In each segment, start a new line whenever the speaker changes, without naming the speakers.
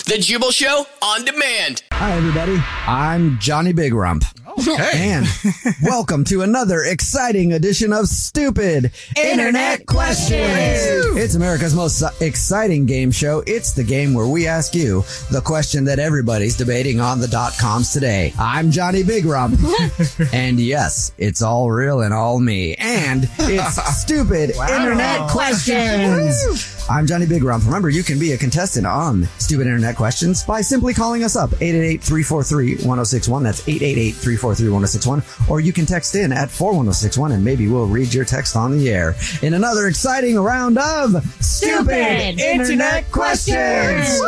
The Jubal Show on demand.
Hi, everybody. I'm Johnny Big Rump.
Okay.
And welcome to another exciting edition of Stupid Internet Questions. It's America's most exciting game show. It's the game where we ask you the question that everybody's debating on the dot coms today. I'm Johnny Big Rump. and yes, it's all real and all me. And it's Stupid Internet Questions. I'm Johnny Big Rump. Remember, you can be a contestant on Stupid Internet Questions by simply calling us up 888-343-1061. That's 888-343-1061. Or you can text in at 41061 and maybe we'll read your text on the air in another exciting round of Stupid, Internet, Questions.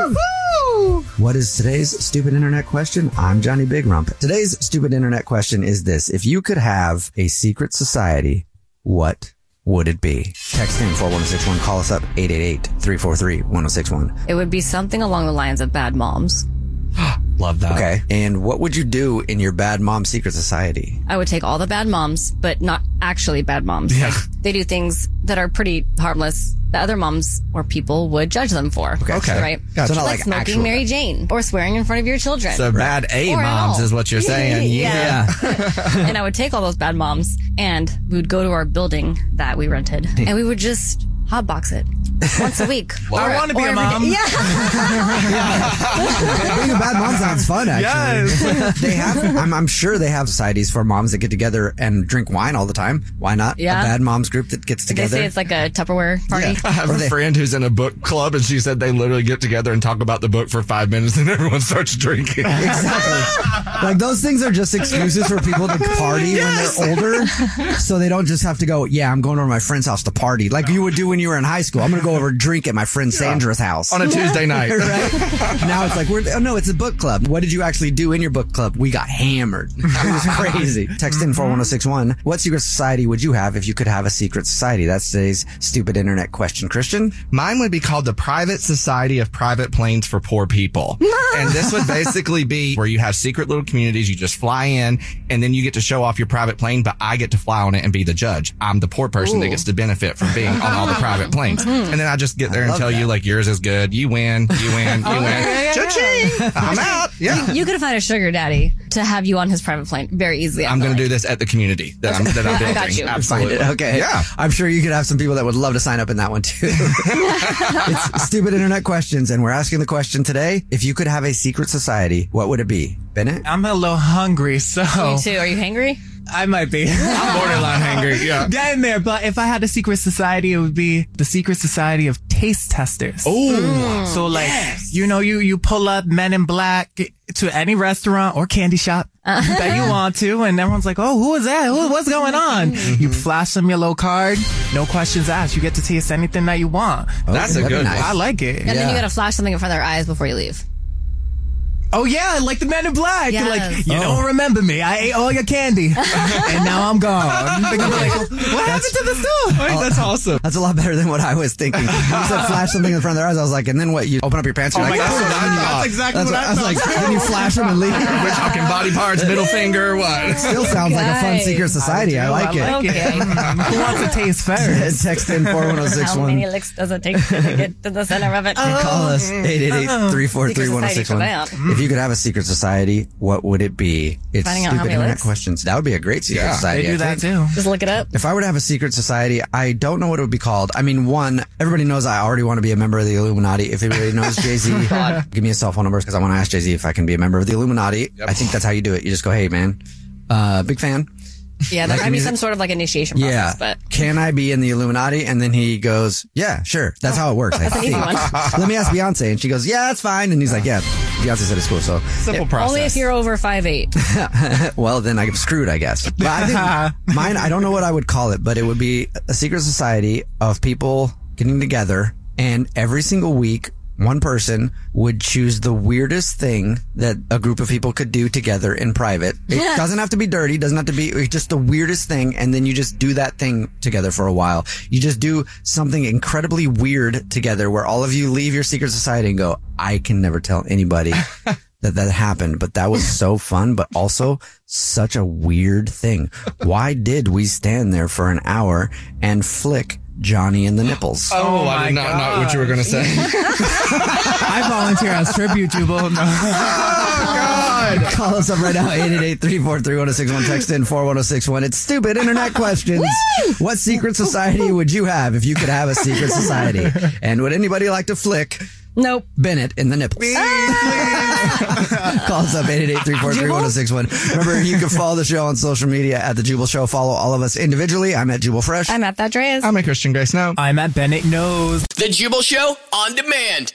What is today's stupid internet question? I'm Johnny Big Rump. Today's stupid internet question is this. If you could have a secret society, what would it be? Text in 41061. Call us up 888-343-1061.
It would be something along the lines of bad moms.
Love that.
Okay. And what would you do in your bad mom secret society?
I would take all the bad moms, but not actually bad moms.
Yeah.
They do things that are pretty harmless that other moms or people would judge them for.
Okay.
Right?
Gotcha. So not
like,
like
smoking
actual-
Mary Jane or swearing in front of your children.
So bad A
Or at
moms
all.
is what you're saying.
Yeah. and I would take all those bad moms and we would go to our building that we rented and we would just hotbox it once a week.
I wanna be a
every day.
mom.
Yeah.
Being a bad mom sounds fun, actually. they have, I'm, I'm sure they have societies for moms that get together and drink wine all the time. Why not?
Yeah.
A bad mom's group that gets
They
together.
say it's like a Tupperware party.
Yeah.
I have
Or
a
they-
friend who's in a book club, and she said they literally get together and talk about the book for five minutes, and everyone starts drinking.
Exactly. like those things are just excuses for people to party when they're older, so they don't just have to go. Yeah, I'm going over to my friend's house to party, like you would do when you were in high school. I'm going to go over and drink at my friend Sandra's house
on a Tuesday night.
Right? now it's like we're oh no, it's a book club. What did you actually do in your book club? We got hammered. It was crazy. Text in four one zero six one. What secret society would you have if you could have a secret society? That's today's stupid internet question, Christian.
Mine would be called the Private Society of Private Planes for Poor People. and this would basically be where you have secret little communities. You just fly in and then you get to show off your private plane, but I get to fly on it and be the judge. I'm the poor person that gets to benefit from being on all the private planes. And then I just get there and
love
tell you like yours is good. You win. You win. You win. Cha-ching. I'm out. Yeah.
You could find a sugar daddy to have you on his private plane very easily. I
I'm
feel
going
like.
to do this at the community that I'm, that I'm
I
building.
got you.
Find
Absolutely.
it. Okay.
Yeah.
I'm sure you could have some people that would love to sign up in that one too. it's stupid internet questions, and we're asking the question today: If you could have a secret society, what would it be, Bennett?
I'm a little hungry, so
You too. Are you hangry?
I might be
I'm borderline hungry. Yeah.
down there. But if I had a secret society, it would be the secret society of taste testers. Oh, so like you know, you you pull up Men in Black to any restaurant or candy shop that you want to, and everyone's like, "Oh, who is that? Who, what's going on?" You flash them your little card, no questions asked. You get to taste anything that you want.
That's a
that'd be
good
nice.
one.
I like it.
And then you
Yeah.
gotta flash something in front of their eyes before you leave.
Oh yeah, like the Men in Black.
Yes.
Like you don't remember me. I ate all your candy, and now I'm gone. They're gonna be like, what happened to the store?
That's awesome.
That's a lot better than what I was thinking. You said flash something in front of their eyes. I was like, and then what? You open up your pants. You're like,
my
"Oh,"
God.
and then you-
That's
exactly
that's what I was like. Then you flash them and leave.
We're talking body parts, middle finger, what?
Still sounds like a fun
Okay.
secret society. I like it.
Okay.
Mm, Who wants to taste first?
Text in four one zero six
How many
one.
licks does it take to get to the center of it?
Call us 888-343-1061.
Secret Uh-huh. society for
If you could have a secret society, what would it be? It's
Finding out how
stupid
many
internet
licks?
questions. That would be a great secret
Yeah,
society.
They
I
do that
think.
too.
Just look it up.
If I were to have a secret society, I don't know what it would be called. I mean, one, everybody knows I already want to be a member of the Illuminati. If everybody knows Jay Z,
Oh,
give me a cell phone number because I want to ask Jay Z if I can be a member of the Illuminati. I think that's how you do it. You just go, hey, man, uh, big fan.
Yeah, there
Like
might be
music-
some sort of like initiation
Yeah.
process, but
Can I be in the Illuminati? And then he goes, Yeah, sure. That's how it works. I
an easy
think.
one.
Let me ask Beyonce. And she goes, Yeah, that's fine. And he's like, Yeah, Beyonce said it's cool. So,
Simple process.
only if you're over five eight.
well, then I'm screwed, I guess. But I think mine, I don't know what I would call it, but it would be a secret society of people getting together. And every single week, one person would choose the weirdest thing that a group of people could do together in private. It doesn't have to be dirty, doesn't have to be it's just the weirdest thing. And then you just do that thing together for a while. You just do something incredibly weird together where all of you leave your secret society and go, I can never tell anybody that that happened, but that was so fun, but also such a weird thing. Why did we stand there for an hour and flick Johnny and the Nipples.
Oh, I did
my
not know what you were going to say.
I volunteer as tribute, Jubal. No.
Call us up right now, 888-343-1061. Text in 41061. It's stupid internet questions. what secret society would you have if you could have a secret society? And would anybody like to flick
Nope.
Bennett in the nipples? Call us up, 888-343-1061. Remember, you can follow the show on social media at The Jubal Show. Follow all of us individually. I'm at Jubal Fresh.
I'm at that Dreas.
I'm a Christian Grace. No.
I'm at Bennett Knows.
The Jubal Show on demand.